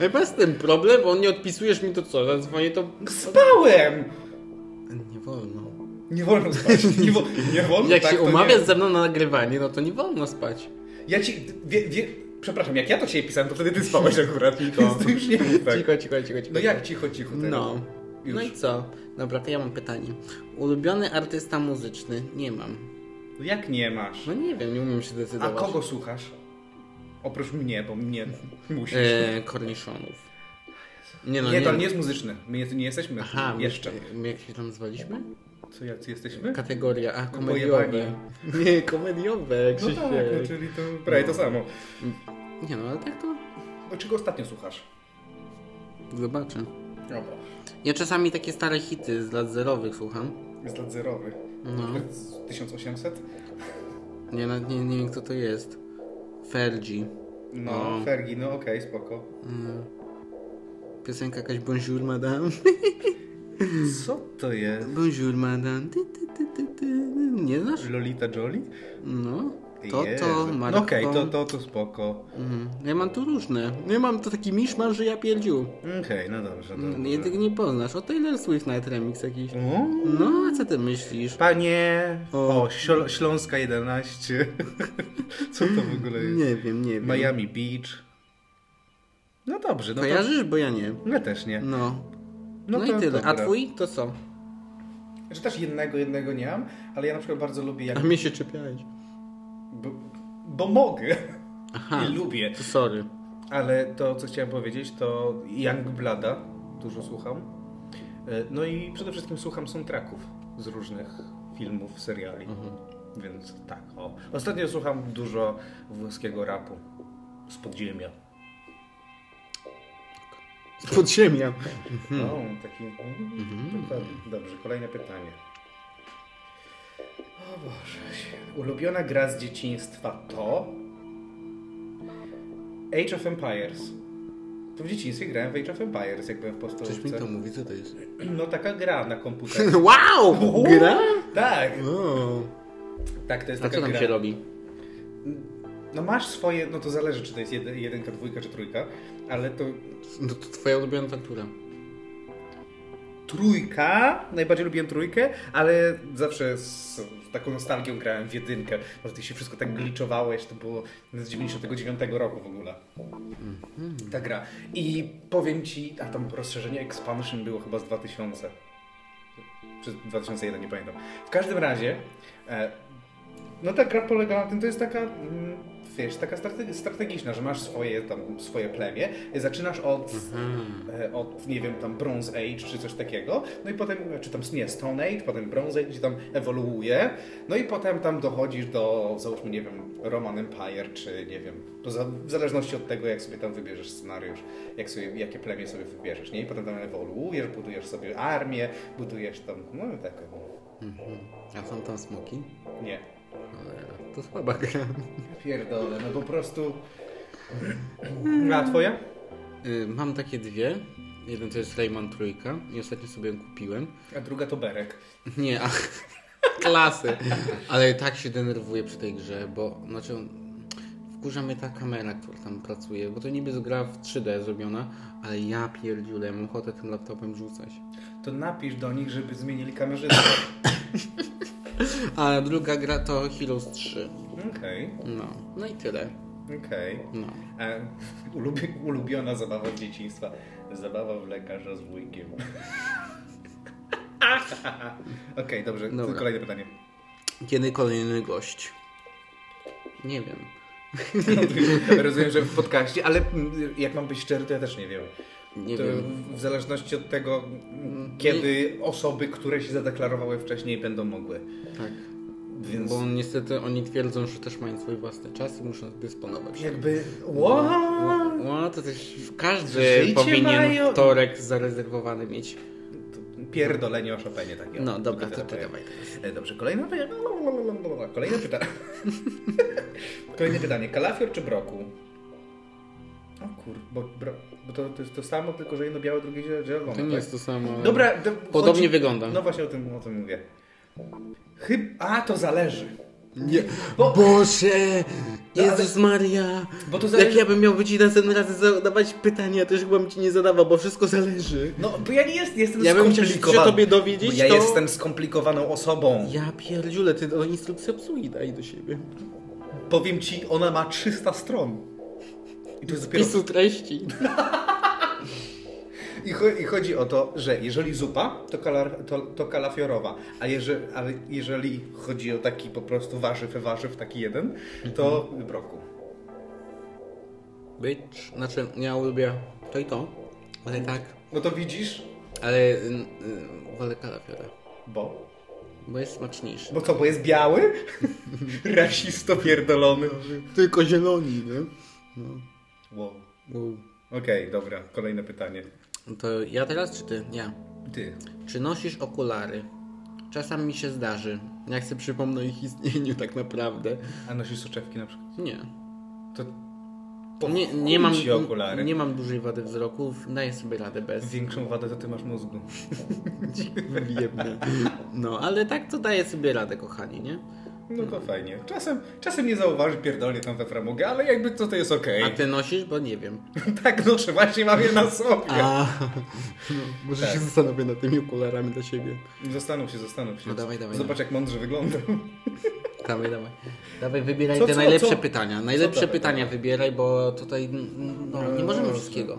[SPEAKER 2] No i masz ten problem, bo nie odpisujesz mi to co, zadzwonię to...
[SPEAKER 3] Spałem!
[SPEAKER 2] Nie wolno.
[SPEAKER 3] Nie wolno spać. Nie, wo- nie wolno
[SPEAKER 2] Jak
[SPEAKER 3] tak,
[SPEAKER 2] się
[SPEAKER 3] to nie.
[SPEAKER 2] umawiasz ze mną na nagrywanie, no to nie wolno spać.
[SPEAKER 3] Ja ci. Wie, wie, przepraszam, jak ja to ciebie pisałem, to wtedy ty spałeś akurat. I to już nie mów tak.
[SPEAKER 2] Cicho, cicho, cicho, cicho.
[SPEAKER 3] No jak cicho, cicho. Teraz.
[SPEAKER 2] No.
[SPEAKER 3] Już.
[SPEAKER 2] No i co? Dobra, to ja mam pytanie. Ulubiony artysta muzyczny? Nie mam.
[SPEAKER 3] No Jak nie masz?
[SPEAKER 2] No nie wiem, nie umiem się E,
[SPEAKER 3] A
[SPEAKER 2] zdecydować.
[SPEAKER 3] kogo słuchasz? Oprócz mnie, bo mnie musisz.
[SPEAKER 2] E, korniszonów. Nie no,
[SPEAKER 3] nie,
[SPEAKER 2] nie.
[SPEAKER 3] to nie jest muzyczny. My nie, nie jesteśmy
[SPEAKER 2] Aha, my-
[SPEAKER 3] jeszcze.
[SPEAKER 2] My jak się tam zwaliśmy?
[SPEAKER 3] Co jacy jesteśmy?
[SPEAKER 2] Kategoria, a komediowe.
[SPEAKER 3] Pojebanie.
[SPEAKER 2] Nie, komediowe,
[SPEAKER 3] No tak, no,
[SPEAKER 2] Krzysiek.
[SPEAKER 3] czyli to prawie to samo.
[SPEAKER 2] Nie no, ale tak to
[SPEAKER 3] No, czego ostatnio słuchasz?
[SPEAKER 2] zobaczę.
[SPEAKER 3] No bo.
[SPEAKER 2] Ja czasami takie stare hity z lat zerowych słucham.
[SPEAKER 3] Jest lat zerowy.
[SPEAKER 2] No.
[SPEAKER 3] Z 1800?
[SPEAKER 2] Nie, nawet nie, nie wiem kto to jest. Fergie.
[SPEAKER 3] No,
[SPEAKER 2] No.
[SPEAKER 3] Fergie, no okej, spoko.
[SPEAKER 2] Mm. Piosenka jakaś Bonjour Madame.
[SPEAKER 3] Co to jest?
[SPEAKER 2] Bonjour Madame. Ty, ty, ty, ty, ty. Nie znasz?
[SPEAKER 3] Lolita Jolie?
[SPEAKER 2] No. To,
[SPEAKER 3] Jezu.
[SPEAKER 2] to,
[SPEAKER 3] No
[SPEAKER 2] Marko.
[SPEAKER 3] Okej, to, to, to spoko.
[SPEAKER 2] Mhm. Ja mam tu różne. Ja mam to taki miszmasz, że ja pierdziu.
[SPEAKER 3] Okej, no dobrze,
[SPEAKER 2] Mm,
[SPEAKER 3] dobrze.
[SPEAKER 2] Ja tego nie poznasz. O Taylor Swift nawet remix jakiś.
[SPEAKER 3] O,
[SPEAKER 2] No, a co ty myślisz?
[SPEAKER 3] Panie!
[SPEAKER 2] O.
[SPEAKER 3] O, Ślo- Śląska 11. Co to w ogóle jest?
[SPEAKER 2] Nie wiem, nie wiem.
[SPEAKER 3] Miami Beach. No dobrze, no
[SPEAKER 2] Kojarzysz? Bo ja nie.
[SPEAKER 3] to... Ja też nie.
[SPEAKER 2] No. No,
[SPEAKER 3] No
[SPEAKER 2] i
[SPEAKER 3] to
[SPEAKER 2] tyle. A
[SPEAKER 3] dobra.
[SPEAKER 2] twój to co?
[SPEAKER 3] Że też jednego, jednego nie mam, ale ja na przykład bardzo lubię jak...
[SPEAKER 2] A mnie się czepiałeś.
[SPEAKER 3] Bo, bo mogę
[SPEAKER 2] Aha.
[SPEAKER 3] i lubię.
[SPEAKER 2] To sorry.
[SPEAKER 3] Ale to, co chciałem powiedzieć, to Young Blada dużo słucham. E, No i przede wszystkim słucham soundtracków z różnych filmów, seriali. Więc tak, o. Ostatnio słucham dużo włoskiego rapu z podziemia.
[SPEAKER 2] Z podziemia. Hmm. Mhm.
[SPEAKER 3] No, taki... Dokładnie. Dobrze, kolejne pytanie. O Boże. święty. Ulubiona gra z dzieciństwa to. Age of Empires. To w dzieciństwie grałem w Age of Empires, jak byłem w
[SPEAKER 2] Coś mi
[SPEAKER 3] podstawówce.
[SPEAKER 2] to mówi, co to jest?
[SPEAKER 3] No taka gra na komputerze.
[SPEAKER 2] Wow! Gra?
[SPEAKER 3] Tak,
[SPEAKER 2] O.
[SPEAKER 3] tak, to jest
[SPEAKER 2] A
[SPEAKER 3] taka
[SPEAKER 2] co tam
[SPEAKER 3] gra.
[SPEAKER 2] się robi?
[SPEAKER 3] No masz swoje, no to zależy, czy to jest jeden, jedynka, dwójka, czy trójka, ale to
[SPEAKER 2] No to twoja ulubiona faktura.
[SPEAKER 3] trójka, najbardziej lubiłem trójkę, ale zawsze z taką nostalgią grałem w jedynkę, bo ty się wszystko tak gliczowałeś, to było z 99 roku w ogóle. Ta gra. I powiem ci, a tam rozszerzenie Expansion było chyba z 2000. Czy 2001, nie pamiętam. W każdym razie, e, no ta gra polega na tym, to jest taka, mm, wiesz, taka strate- strategiczna, że masz swoje tam, swoje plemię, e, zaczynasz od, e, od, nie wiem, tam Bronze Age czy coś takiego, no i potem, czy tam, nie, Stone Age, potem Bronze Age, i tam ewoluuje, no i potem tam dochodzisz do, załóżmy, nie wiem, Roman Empire, czy nie wiem, to za, w zależności od tego, jak sobie tam wybierzesz scenariusz, jak sobie, jakie plemię sobie wybierzesz, nie, i potem tam ewoluujesz, budujesz sobie armię, budujesz tam, no i tak,
[SPEAKER 2] A są tam smoki?
[SPEAKER 3] nie,
[SPEAKER 2] Cholera, To słaba gra.
[SPEAKER 3] Pierdolę, no po prostu. A twoja?
[SPEAKER 2] Y, Mam takie dwie. Jeden to jest Rayman Trójka i ostatnio sobie ją kupiłem.
[SPEAKER 3] A druga to Berek.
[SPEAKER 2] Nie, a, klasy. Ale tak się denerwuję przy tej grze, bo znaczy wkurza mnie ta kamera, która tam pracuje, bo to niby jest gra w 3D zrobiona, ale ja pierdziulę, mam ochotę tym laptopem rzucać.
[SPEAKER 3] To napisz do nich, żeby zmienili kamerzystę.
[SPEAKER 2] A druga gra to Heroes 3.
[SPEAKER 3] Okej,
[SPEAKER 2] No, no i tyle.
[SPEAKER 3] okej.
[SPEAKER 2] No.
[SPEAKER 3] E, Ulubi ulubiona zabawa z dzieciństwa. Zabawa w lekarza z wujkiem. Okej, dobrze.
[SPEAKER 2] Dobra.
[SPEAKER 3] Kolejne pytanie.
[SPEAKER 2] Kiedy kolejny gość? Nie wiem.
[SPEAKER 3] Rozumiem, że w podcaście, ale mm, jak mam być szczery, to ja też nie wiem.
[SPEAKER 2] Nie
[SPEAKER 3] to
[SPEAKER 2] wiem.
[SPEAKER 3] W zależności od tego, mm, kiedy osoby, które się zadeklarowały wcześniej, będą mogły.
[SPEAKER 2] Tak.
[SPEAKER 3] Więc...
[SPEAKER 2] Bo on, niestety oni twierdzą, że też mają swój własny czas i muszą dysponować.
[SPEAKER 3] Jakby. What?
[SPEAKER 2] No to też każdy
[SPEAKER 3] Życie
[SPEAKER 2] powinien
[SPEAKER 3] mają-
[SPEAKER 2] wtorek zarezerwowany mieć.
[SPEAKER 3] Pierdolenie o Chopinie takie.
[SPEAKER 2] No dobra, to ty
[SPEAKER 3] Tyle
[SPEAKER 2] dawaj
[SPEAKER 3] powiem.
[SPEAKER 2] teraz.
[SPEAKER 3] E, Dobrze, kolejne pytanie. no, Kolejne pytanie. kolejne pytanie. Kalafior czy broku? O kur... Bo, bro, bo to, to jest to samo, tylko że jedno białe, drugie zie- zielone. tak?
[SPEAKER 2] To nie jest to samo. ale-
[SPEAKER 3] Dobra, to
[SPEAKER 2] Podobnie wygląda.
[SPEAKER 3] No właśnie o tym, o tym mówię. Chyb... A, to zależy.
[SPEAKER 2] Nie.
[SPEAKER 3] Bo-
[SPEAKER 2] Boże!
[SPEAKER 3] No,
[SPEAKER 2] Jezus Maria!
[SPEAKER 3] Bo to zależy-
[SPEAKER 2] Jak ja bym miał być następny raz zadawać pytania, to już chyba bym ci nie zadawał, bo wszystko zależy.
[SPEAKER 3] No, bo ja nie jest, jestem
[SPEAKER 2] Ja bym chciał się
[SPEAKER 3] skomplikowany.
[SPEAKER 2] tobie dowiedzieć,
[SPEAKER 3] Bo ja
[SPEAKER 2] to-
[SPEAKER 3] jestem skomplikowaną osobą.
[SPEAKER 2] Ja pierdziule, ty do instrukcji obsługi daj do siebie.
[SPEAKER 3] Powiem ci, ona ma 300 stron. I to jest dopiero...
[SPEAKER 2] Pisu treści.
[SPEAKER 3] I, cho I chodzi o to, że jeżeli zupa, to, kalar, to, to kalafiorowa, a jeżeli, ale jeżeli chodzi o taki po prostu warzyw, warzyw taki jeden, to
[SPEAKER 2] Mhm.
[SPEAKER 3] broku.
[SPEAKER 2] Być, znaczy ja lubię to i to, ale tak,
[SPEAKER 3] No to widzisz,
[SPEAKER 2] ale y, y, wolę kalafiora,
[SPEAKER 3] bo...
[SPEAKER 2] bo jest smaczniejszy.
[SPEAKER 3] Bo co, bo jest biały? Rasisto pierdolony.
[SPEAKER 2] Tylko zieloni, nie? No.
[SPEAKER 3] Wow.
[SPEAKER 2] Wow.
[SPEAKER 3] Okej, dobra, kolejne pytanie.
[SPEAKER 2] To ja teraz czy ty? Ja.
[SPEAKER 3] Ty.
[SPEAKER 2] Czy nosisz okulary? Czasami mi się zdarzy. Jak sobie przypomnę o ich istnieniu tak naprawdę.
[SPEAKER 3] A nosisz soczewki na przykład?
[SPEAKER 2] Nie.
[SPEAKER 3] To...
[SPEAKER 2] Nie, nie, mam,
[SPEAKER 3] Ci okulary.
[SPEAKER 2] nie mam dużej wady wzroku, daję sobie radę bez.
[SPEAKER 3] Większą wadę to ty masz mózgu.
[SPEAKER 2] Wyjebne. No, ale tak to daję sobie radę, kochani, nie?
[SPEAKER 3] No to fajnie. Czasem, czasem nie zauważy pierdolnie tam we framugę, ale jakby to, to jest okej.
[SPEAKER 2] A ty nosisz? Bo nie wiem.
[SPEAKER 3] Tak, noszę, właśnie mam je na sobie.
[SPEAKER 2] A, no, może
[SPEAKER 3] Tak.
[SPEAKER 2] się zastanowię nad tymi okularami dla siebie.
[SPEAKER 3] Zastanów się, zastanów się.
[SPEAKER 2] No dawaj, dawaj,
[SPEAKER 3] Zobacz, jak mądrze wygląda.
[SPEAKER 2] Dawaj, dawaj. Dawaj, wybieraj
[SPEAKER 3] Co,
[SPEAKER 2] te
[SPEAKER 3] co,
[SPEAKER 2] najlepsze
[SPEAKER 3] co?
[SPEAKER 2] pytania. Najlepsze
[SPEAKER 3] Co dawaj,
[SPEAKER 2] pytania
[SPEAKER 3] dawaj?
[SPEAKER 2] wybieraj, bo tutaj mm, no, nie możemy
[SPEAKER 3] Dobrze.
[SPEAKER 2] wszystkiego.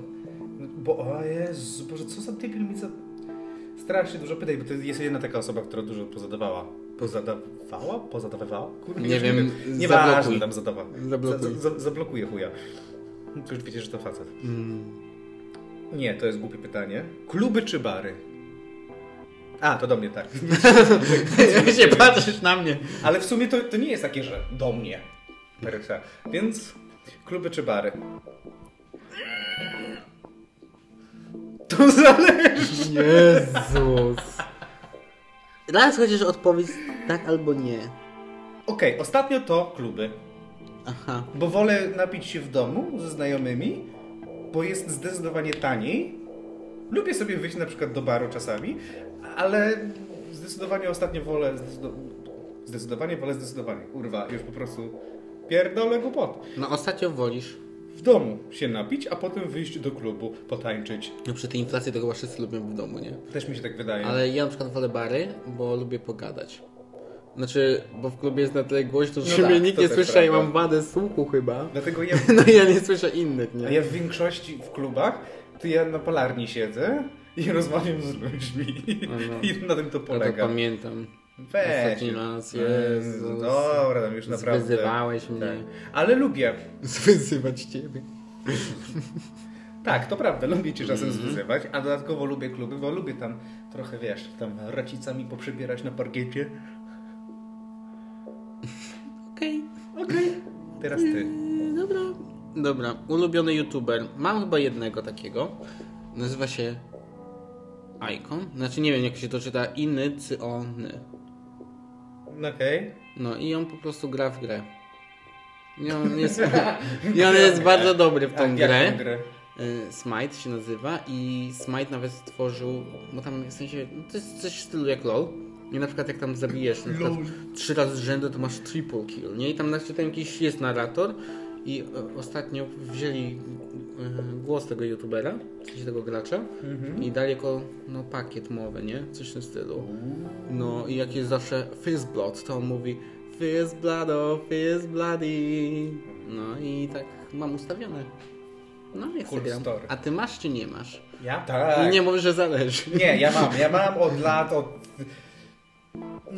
[SPEAKER 3] Bo, o Jezu, Boże, co za debil mi za... Strasznie dużo pytań, bo to jest jedyna taka osoba, która dużo pozadawała. Pozadawała? Pozadawała? Kurde,
[SPEAKER 2] Nie
[SPEAKER 3] już
[SPEAKER 2] wiem,
[SPEAKER 3] Nie
[SPEAKER 2] zablokuj.
[SPEAKER 3] ważne, tam zadawa.
[SPEAKER 2] Zablokuj.
[SPEAKER 3] Za, za, zablokuje chuja. To już wiecie, że to facet.
[SPEAKER 2] Mm.
[SPEAKER 3] Nie, to jest głupie pytanie. Kluby czy bary? A, to do mnie tak.
[SPEAKER 2] Jak się patrzysz na mnie.
[SPEAKER 3] Ale w sumie to, to nie jest takie, że do mnie. Per se. Więc kluby czy bary? To zależy.
[SPEAKER 2] Jezus. Raz chociaż odpowiedź tak albo nie.
[SPEAKER 3] Okej, ostatnio to kluby.
[SPEAKER 2] Aha.
[SPEAKER 3] Bo wolę napić się w domu ze znajomymi, bo jest zdecydowanie taniej. Lubię sobie wyjść na przykład do baru czasami, ale zdecydowanie ostatnio wolę. Zdecydo... Zdecydowanie wolę zdecydowanie. Kurwa, już po prostu pierdolę głupot.
[SPEAKER 2] No ostatnio wolisz.
[SPEAKER 3] W domu się napić, a potem wyjść do klubu, potańczyć.
[SPEAKER 2] No przy tej inflacji to chyba wszyscy lubią w domu, nie?
[SPEAKER 3] Też mi się tak wydaje.
[SPEAKER 2] Ale ja na przykład wolę bary, bo lubię pogadać. Znaczy, bo w klubie jest na tyle głośno, że
[SPEAKER 3] No tak,
[SPEAKER 2] mnie nikt
[SPEAKER 3] to
[SPEAKER 2] nie
[SPEAKER 3] też
[SPEAKER 2] słyszy, a ja
[SPEAKER 3] prawda.
[SPEAKER 2] mam wadę słuchu chyba.
[SPEAKER 3] Dlatego ja
[SPEAKER 2] No i ja nie słyszę innych, nie?
[SPEAKER 3] A ja w większości w klubach, to ja na palarni siedzę i rozmawiam z ludźmi. I
[SPEAKER 2] ja
[SPEAKER 3] na tym to
[SPEAKER 2] No, to
[SPEAKER 3] polega.
[SPEAKER 2] pamiętam.
[SPEAKER 3] Weź.
[SPEAKER 2] Ostatni raz,
[SPEAKER 3] Mm,
[SPEAKER 2] Jezus.
[SPEAKER 3] Dobra, tam już naprawdę.
[SPEAKER 2] Zwyzywałeś mnie.
[SPEAKER 3] Tak. Ale lubię.
[SPEAKER 2] Zwyzywać ciebie.
[SPEAKER 3] Tak, to prawda, lubię cię czasem
[SPEAKER 2] Mhm.
[SPEAKER 3] zwyzywać, a dodatkowo lubię kluby, bo lubię tam trochę, wiesz, tam racicami poprzebierać na parkiecie.
[SPEAKER 2] Okej,
[SPEAKER 3] Okej, teraz ty.
[SPEAKER 2] yy, dobra. Dobra, ulubiony youtuber. Mam chyba jednego takiego. Nazywa się Icon. Znaczy nie wiem jak się to czyta. Inny, cy, ony.
[SPEAKER 3] No Okej.
[SPEAKER 2] No i on po prostu gra w grę. I on jest, i on jest bardzo dobry w tą
[SPEAKER 3] A Tak, jak
[SPEAKER 2] grę.
[SPEAKER 3] tą grę?
[SPEAKER 2] Y, Smite się nazywa i Smite nawet stworzył, bo tam w sensie, no to jest coś w stylu jak LOL. I na przykład jak tam zabijesz na przykład
[SPEAKER 3] Lol.
[SPEAKER 2] trzy razy z rzędu, to masz triple kill, nie? I tam na przykład tam jakiś jest narrator i e, ostatnio wzięli e, głos tego youtubera, w sensie tego gracza i dali jako no, pakiet mowy, nie? Coś w tym stylu. No i jak jest zawsze fist blood, to on mówi fist blood, oh fist bloody. No i tak mam ustawione. No nie
[SPEAKER 3] Cool
[SPEAKER 2] cool gram.
[SPEAKER 3] story.
[SPEAKER 2] A ty masz czy nie masz?
[SPEAKER 3] Ja? Tak.
[SPEAKER 2] Nie mówisz, że zależy.
[SPEAKER 3] Nie, ja mam, ja mam od lat, od...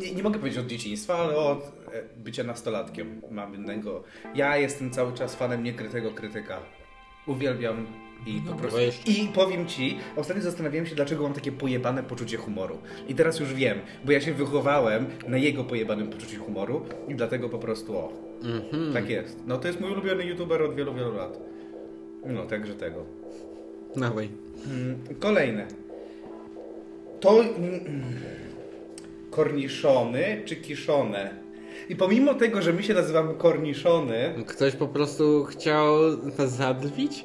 [SPEAKER 3] Nie, nie mogę powiedzieć od dzieciństwa, ale od e, bycia nastolatkiem mam innego. Ja jestem cały czas fanem niekrytego krytyka. Uwielbiam i po prostu...
[SPEAKER 2] bo jeszcze-
[SPEAKER 3] I powiem Ci, ostatnio zastanawiałem się, dlaczego mam takie pojebane poczucie humoru. I teraz już wiem, bo ja się wychowałem na jego pojebanym poczuciu humoru i dlatego po prostu o,
[SPEAKER 2] Mhm.
[SPEAKER 3] tak jest. No to jest mój ulubiony youtuber od wielu, wielu lat. No, także tego.
[SPEAKER 2] Dawaj.
[SPEAKER 3] Mm, Kolejne. To. mm, mm, Korniszony czy kiszone? I pomimo tego, że my się nazywamy korniszony,
[SPEAKER 2] Ktoś po prostu chciał nas zadrwić?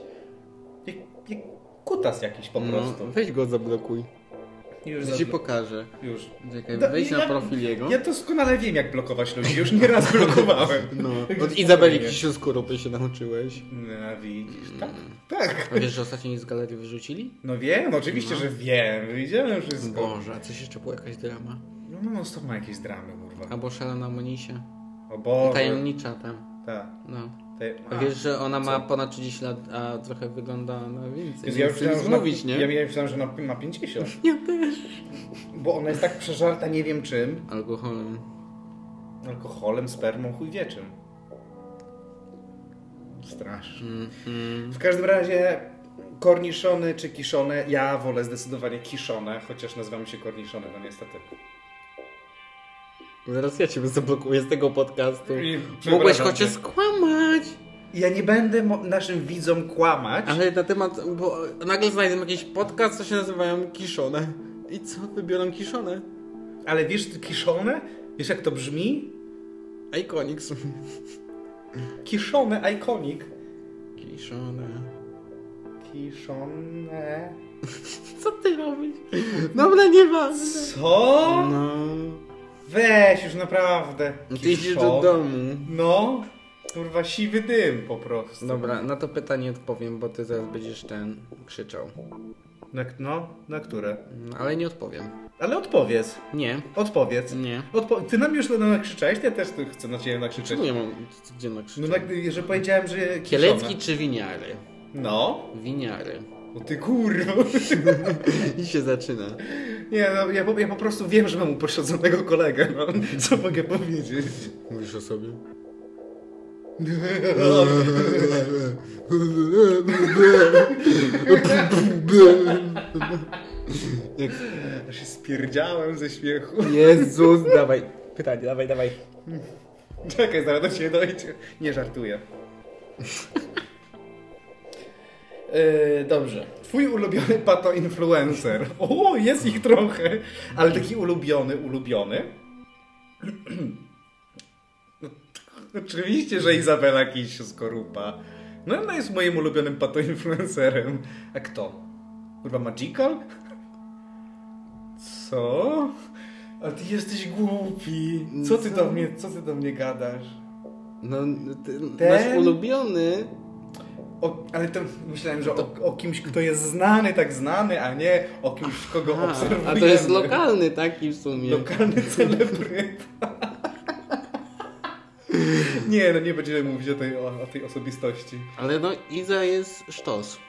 [SPEAKER 3] jak, jak kutas jakiś po prostu.
[SPEAKER 2] No, weź go zablokuj.
[SPEAKER 3] Już.
[SPEAKER 2] Ja
[SPEAKER 3] za-
[SPEAKER 2] ci pokażę.
[SPEAKER 3] już.
[SPEAKER 2] Czekaj,
[SPEAKER 3] Da-
[SPEAKER 2] wejdź
[SPEAKER 3] ja-
[SPEAKER 2] na profil jego.
[SPEAKER 3] Ja doskonale wiem, jak blokować ludzi. Już nieraz blokowałem.
[SPEAKER 2] No.
[SPEAKER 3] Także
[SPEAKER 2] Od Izabeli Mm.
[SPEAKER 3] spokojnie.
[SPEAKER 2] Kisiu skorupy się nauczyłeś.
[SPEAKER 3] No, widzisz, tak? Tak.
[SPEAKER 2] A wiesz, że ostatnio ich z galerii wyrzucili?
[SPEAKER 3] No wiem, oczywiście, że wiem. Widziałem wszystko.
[SPEAKER 2] Boże, a coś jeszcze była jakaś drama.
[SPEAKER 3] No, no, stop ma jakieś dramy, kurwa.
[SPEAKER 2] Albo szalona Monisia.
[SPEAKER 3] O Boże.
[SPEAKER 2] Tajemnicza tam.
[SPEAKER 3] Tak.
[SPEAKER 2] No.
[SPEAKER 3] Taj-
[SPEAKER 2] A
[SPEAKER 3] A.
[SPEAKER 2] wiesz, że ona ma ponad 30 lat, a trochę wygląda na więcej.
[SPEAKER 3] Więc
[SPEAKER 2] Nie
[SPEAKER 3] ja
[SPEAKER 2] chcę
[SPEAKER 3] myślałem,
[SPEAKER 2] nic
[SPEAKER 3] że na,
[SPEAKER 2] mówić, nie?
[SPEAKER 3] Ja, ja myślałem, że na, ma 50.
[SPEAKER 2] Ja też.
[SPEAKER 3] Bo ona jest tak przeżarta nie wiem czym.
[SPEAKER 2] Alkoholem.
[SPEAKER 3] Alkoholem, spermą, chuj wie czym. Straszne.
[SPEAKER 2] Mhm.
[SPEAKER 3] W każdym razie korniszony czy kiszone, ja wolę zdecydowanie kiszone, chociaż nazywam się korniszone, no niestety.
[SPEAKER 2] Zaraz ja ciebie zablokuję z tego podcastu.
[SPEAKER 3] I
[SPEAKER 2] Mogłeś
[SPEAKER 3] przepraszam
[SPEAKER 2] chociaż
[SPEAKER 3] cię.
[SPEAKER 2] skłamać.
[SPEAKER 3] Ja nie będę mo- naszym widzom kłamać.
[SPEAKER 2] Ale na temat, bo nagle znajdę jakiś podcast, co się nazywają kiszone. I co? Wybiorą kiszone.
[SPEAKER 3] Ale wiesz, kiszone? Wiesz jak to brzmi?
[SPEAKER 2] Iconics.
[SPEAKER 3] Kiszone, ikonik.
[SPEAKER 2] Kiszone.
[SPEAKER 3] Kiszone.
[SPEAKER 2] Co ty robisz? No, Dobra, nieważne.
[SPEAKER 3] Co?
[SPEAKER 2] No.
[SPEAKER 3] Weź już naprawdę.
[SPEAKER 2] Ty idziesz do
[SPEAKER 3] Kiszo.
[SPEAKER 2] domu.
[SPEAKER 3] No, kurwa siwy dym po prostu.
[SPEAKER 2] Dobra, na to pytanie odpowiem, bo ty zaraz będziesz ten krzyczał.
[SPEAKER 3] Na, no, na które?
[SPEAKER 2] No, Ale nie odpowiem.
[SPEAKER 3] Ale odpowiedz.
[SPEAKER 2] Nie,
[SPEAKER 3] Odpowiedz.
[SPEAKER 2] nie.
[SPEAKER 3] Odpo ty nam już no, nakrzyczałeś, to ja też tu chcę na ciebie nakrzyczeć.
[SPEAKER 2] Czemu ja mam gdzie nakrzyczeć?
[SPEAKER 3] No, na, że powiedziałem, że kiszone.
[SPEAKER 2] Kielecki czy winiary?
[SPEAKER 3] No.
[SPEAKER 2] Winiary.
[SPEAKER 3] O ty kurwa.
[SPEAKER 2] I się zaczyna.
[SPEAKER 3] Nie, no, ja, po, ja po prostu wiem, że mam upośledzonego kolegę, no. Co mogę powiedzieć?
[SPEAKER 2] Mówisz o sobie?
[SPEAKER 3] No, Ja się spierdziałem ze śmiechu.
[SPEAKER 2] Jezus, dawaj. Pytanie, dawaj, dawaj.
[SPEAKER 3] Czekaj, zaraz do ciebie dojdzie. Nie żartuję.
[SPEAKER 2] E,
[SPEAKER 3] Yy, dobrze. Twój ulubiony pato influencer. O, jest ich trochę, ale taki ulubiony, ulubiony. Oczywiście, że Izabela Kiś skorupa. No ona jest moim ulubionym patoinfluencerem. A kto? Kurwa Magical? Co? A ty jesteś głupi. Co ty do mnie, co ty do mnie gadasz?
[SPEAKER 2] No, ty,
[SPEAKER 3] Ten?
[SPEAKER 2] nasz ulubiony.
[SPEAKER 3] O, ale to myślałem, że o, o kimś, kto jest znany, tak znany, a nie o kimś, kogo
[SPEAKER 2] A,
[SPEAKER 3] obserwujemy.
[SPEAKER 2] a to jest lokalny taki w sumie.
[SPEAKER 3] Lokalny celebryta. Nie, no nie będziemy mówić o tej, o, o tej osobistości.
[SPEAKER 2] Ale no, Iza jest sztos.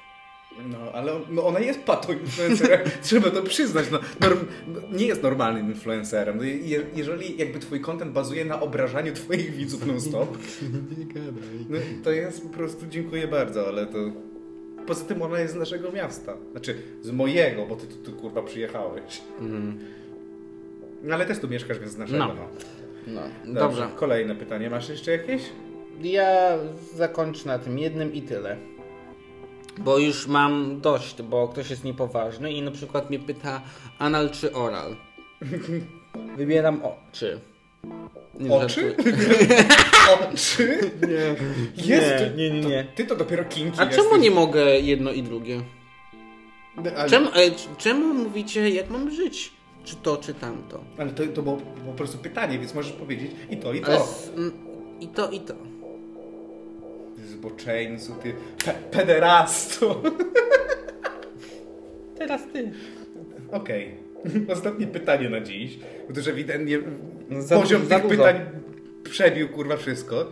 [SPEAKER 3] No, ale on- no ona jest patoinfluencerem, trzeba to przyznać. No, norm, no, nie jest normalnym influencerem. No, je, jeżeli jakby twój content bazuje na obrażaniu twoich widzów non-stop,
[SPEAKER 2] Nie gadaj.
[SPEAKER 3] no, to jest po prostu dziękuję bardzo, ale to... Poza tym ona jest z naszego miasta. Znaczy, z mojego, bo ty tu, tu kurwa przyjechałeś. No, ale też tu mieszkasz, więc z naszego.
[SPEAKER 2] Mhm. No.
[SPEAKER 3] No.
[SPEAKER 2] No,
[SPEAKER 3] Dobrze.
[SPEAKER 2] dobrze.
[SPEAKER 3] Kolejne pytanie. Masz jeszcze jakieś?
[SPEAKER 2] Ja zakończę na tym jednym i tyle. Bo już mam dość, bo ktoś jest niepoważny i na przykład mnie pyta anal czy oral. Wybieram oczy. Nie,
[SPEAKER 3] Oczy?
[SPEAKER 2] żartuję.
[SPEAKER 3] Oczy?
[SPEAKER 2] Nie.
[SPEAKER 3] Jest.
[SPEAKER 2] Nie, nie, nie, nie.
[SPEAKER 3] To, ty to dopiero kinki
[SPEAKER 2] A czemu
[SPEAKER 3] jesteś.
[SPEAKER 2] nie mogę jedno i drugie?
[SPEAKER 3] Ale...
[SPEAKER 2] Czemu, e, c- czemu mówicie, jak mam żyć? Czy to, czy tamto?
[SPEAKER 3] Ale to, to było po prostu pytanie, więc możesz powiedzieć i to, i to.
[SPEAKER 2] Ale s- m, i to, i to.
[SPEAKER 3] Ty Zboczeńcu, ty pe pederasto.
[SPEAKER 2] Teraz ty.
[SPEAKER 3] Okej. Ostatnie pytanie na dziś, gdyż ewidentnie
[SPEAKER 2] No za
[SPEAKER 3] poziom
[SPEAKER 2] dużo, za
[SPEAKER 3] tych
[SPEAKER 2] dużo.
[SPEAKER 3] pytań przebił kurwa wszystko.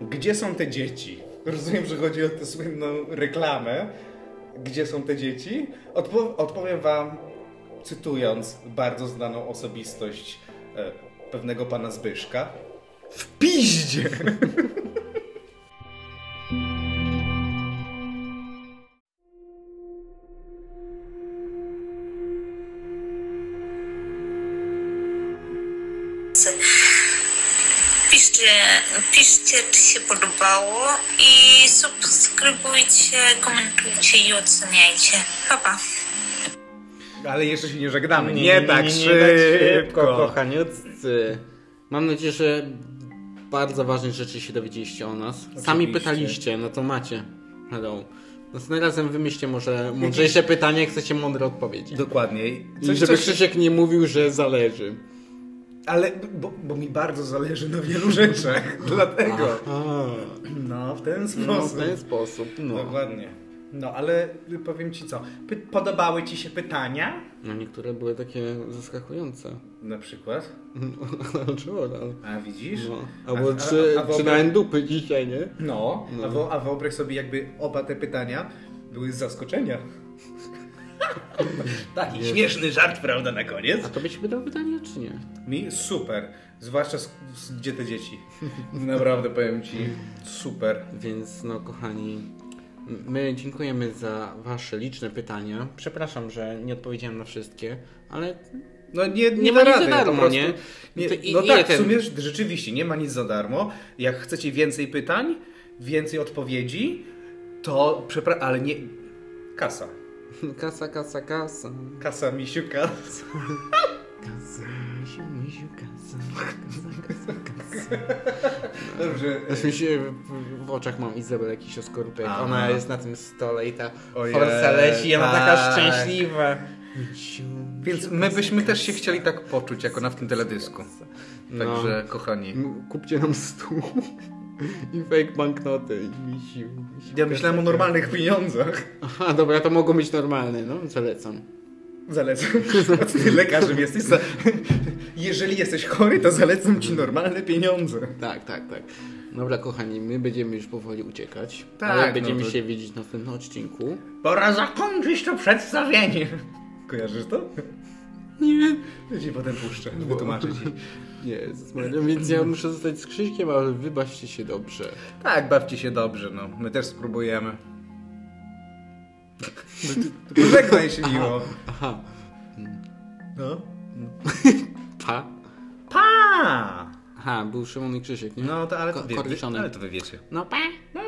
[SPEAKER 3] Gdzie są te dzieci? Rozumiem, że chodzi o tę słynną reklamę. Gdzie są te dzieci? Odpo odpowiem wam, cytując bardzo znaną osobistość e, pewnego pana Zbyszka. W piździe!
[SPEAKER 1] Piszcie, piszcie, czy się podobało i subskrybujcie, komentujcie i oceniajcie. Pa, pa.
[SPEAKER 3] Ale jeszcze się nie żegnamy. Nie, tak
[SPEAKER 2] szybko,
[SPEAKER 3] szybko.
[SPEAKER 2] kochaniutcy. Mam nadzieję, że bardzo ważnych rzeczy się dowiedzieliście o nas. Sami
[SPEAKER 3] Oczywiście.
[SPEAKER 2] pytaliście, no to macie. Hello. Następnym razem wymyślcie może mądrzejsze pytanie, jak chcecie mądre odpowiedzi.
[SPEAKER 3] Dokładnie.
[SPEAKER 2] I żeby Krzysiek nie mówił, że zależy.
[SPEAKER 3] Ale, bo, bo mi bardzo zależy na wielu rzeczach, dlatego.
[SPEAKER 2] A,
[SPEAKER 3] No, w ten sposób.
[SPEAKER 2] no, w ten sposób. No.
[SPEAKER 3] Dokładnie. No, ale powiem ci co, py- podobały ci się pytania?
[SPEAKER 2] no niektóre były takie zaskakujące.
[SPEAKER 3] Na przykład?
[SPEAKER 2] Czy oral?
[SPEAKER 3] A widzisz?
[SPEAKER 2] No.
[SPEAKER 3] A-
[SPEAKER 2] Albo
[SPEAKER 3] a-
[SPEAKER 2] czy,
[SPEAKER 3] a wyobraź-
[SPEAKER 2] czy na endupy dzisiaj, nie?
[SPEAKER 3] No,
[SPEAKER 2] No.
[SPEAKER 3] A, wo, a wyobraź sobie jakby oba te pytania były z zaskoczenia. Taki śmieszny żart, prawda, na koniec?
[SPEAKER 2] A to by się wydało pytanie, czy nie?
[SPEAKER 3] Mi super, zwłaszcza z, z, gdzie te dzieci. Naprawdę powiem ci, super.
[SPEAKER 2] Więc no kochani, my dziękujemy za wasze liczne pytania. Przepraszam, że nie odpowiedziałem na wszystkie, ale
[SPEAKER 3] No nie, nie,
[SPEAKER 2] Nie
[SPEAKER 3] da
[SPEAKER 2] ma nic
[SPEAKER 3] rady,
[SPEAKER 2] za darmo,
[SPEAKER 3] po prostu.
[SPEAKER 2] nie?
[SPEAKER 3] nie
[SPEAKER 2] To i-
[SPEAKER 3] no
[SPEAKER 2] i
[SPEAKER 3] tak,
[SPEAKER 2] ten-
[SPEAKER 3] w sumie rz- rzeczywiście nie ma nic za darmo. Jak chcecie więcej pytań, więcej odpowiedzi, to przepraszam, ale nie... Kasa.
[SPEAKER 2] kasa, kasa, kasa.
[SPEAKER 3] Kasa, misiu, kasa.
[SPEAKER 2] Kasa, misiu, misiu, kasa. Kasa, kasa,
[SPEAKER 3] Dobrze.
[SPEAKER 2] kasa. Mi się w, w oczach mam Izabel jakiś oskorupek.
[SPEAKER 3] Aha.
[SPEAKER 2] Ona jest na tym stole i ta
[SPEAKER 3] Ojej,
[SPEAKER 2] forsa leci i ona taka
[SPEAKER 3] tak.
[SPEAKER 2] szczęśliwa. Misiu,
[SPEAKER 3] Więc
[SPEAKER 2] misiu,
[SPEAKER 3] my
[SPEAKER 2] kasa,
[SPEAKER 3] byśmy też się
[SPEAKER 2] kasa,
[SPEAKER 3] chcieli tak poczuć, jako na w tym teledysku.
[SPEAKER 2] kasa. No.
[SPEAKER 3] Także, kochani...
[SPEAKER 2] M- Kupcie nam stół i fake banknoty i misiu. misiu
[SPEAKER 3] Ja myślałem
[SPEAKER 2] kasa, kasa.
[SPEAKER 3] o normalnych pieniądzach.
[SPEAKER 2] Aha, dobra, to mogą być normalne, no, zalecam.
[SPEAKER 3] Zalecam. A ty lekarzem jesteś. Za... Jeżeli jesteś chory, to zalecam ci normalne pieniądze.
[SPEAKER 2] Tak, tak, tak. Dobra, kochani, my będziemy już powoli uciekać.
[SPEAKER 3] Tak,
[SPEAKER 2] ale
[SPEAKER 3] no
[SPEAKER 2] będziemy
[SPEAKER 3] to-
[SPEAKER 2] się widzieć w następnym odcinku.
[SPEAKER 3] Pora zakończyć to przedstawienie. Kojarzysz to?
[SPEAKER 2] Nie.
[SPEAKER 3] Ja ci potem puszczę, wytłumaczę ci.
[SPEAKER 2] Jezus Maria, więc ja muszę zostać z Krzyśkiem, ale wybaczcie się dobrze.
[SPEAKER 3] Tak, bawcie się dobrze, no. My też spróbujemy. No ty- ty Pożegnaj się miło.
[SPEAKER 2] Aha,
[SPEAKER 3] No.
[SPEAKER 2] pa.
[SPEAKER 3] Pa!
[SPEAKER 2] Aha, był Szymon i Krzysiek, nie?
[SPEAKER 3] No to ale to,
[SPEAKER 2] Ko-
[SPEAKER 3] wie,
[SPEAKER 2] korniszony.
[SPEAKER 3] ale to wy wiecie.
[SPEAKER 2] No pa.
[SPEAKER 3] No.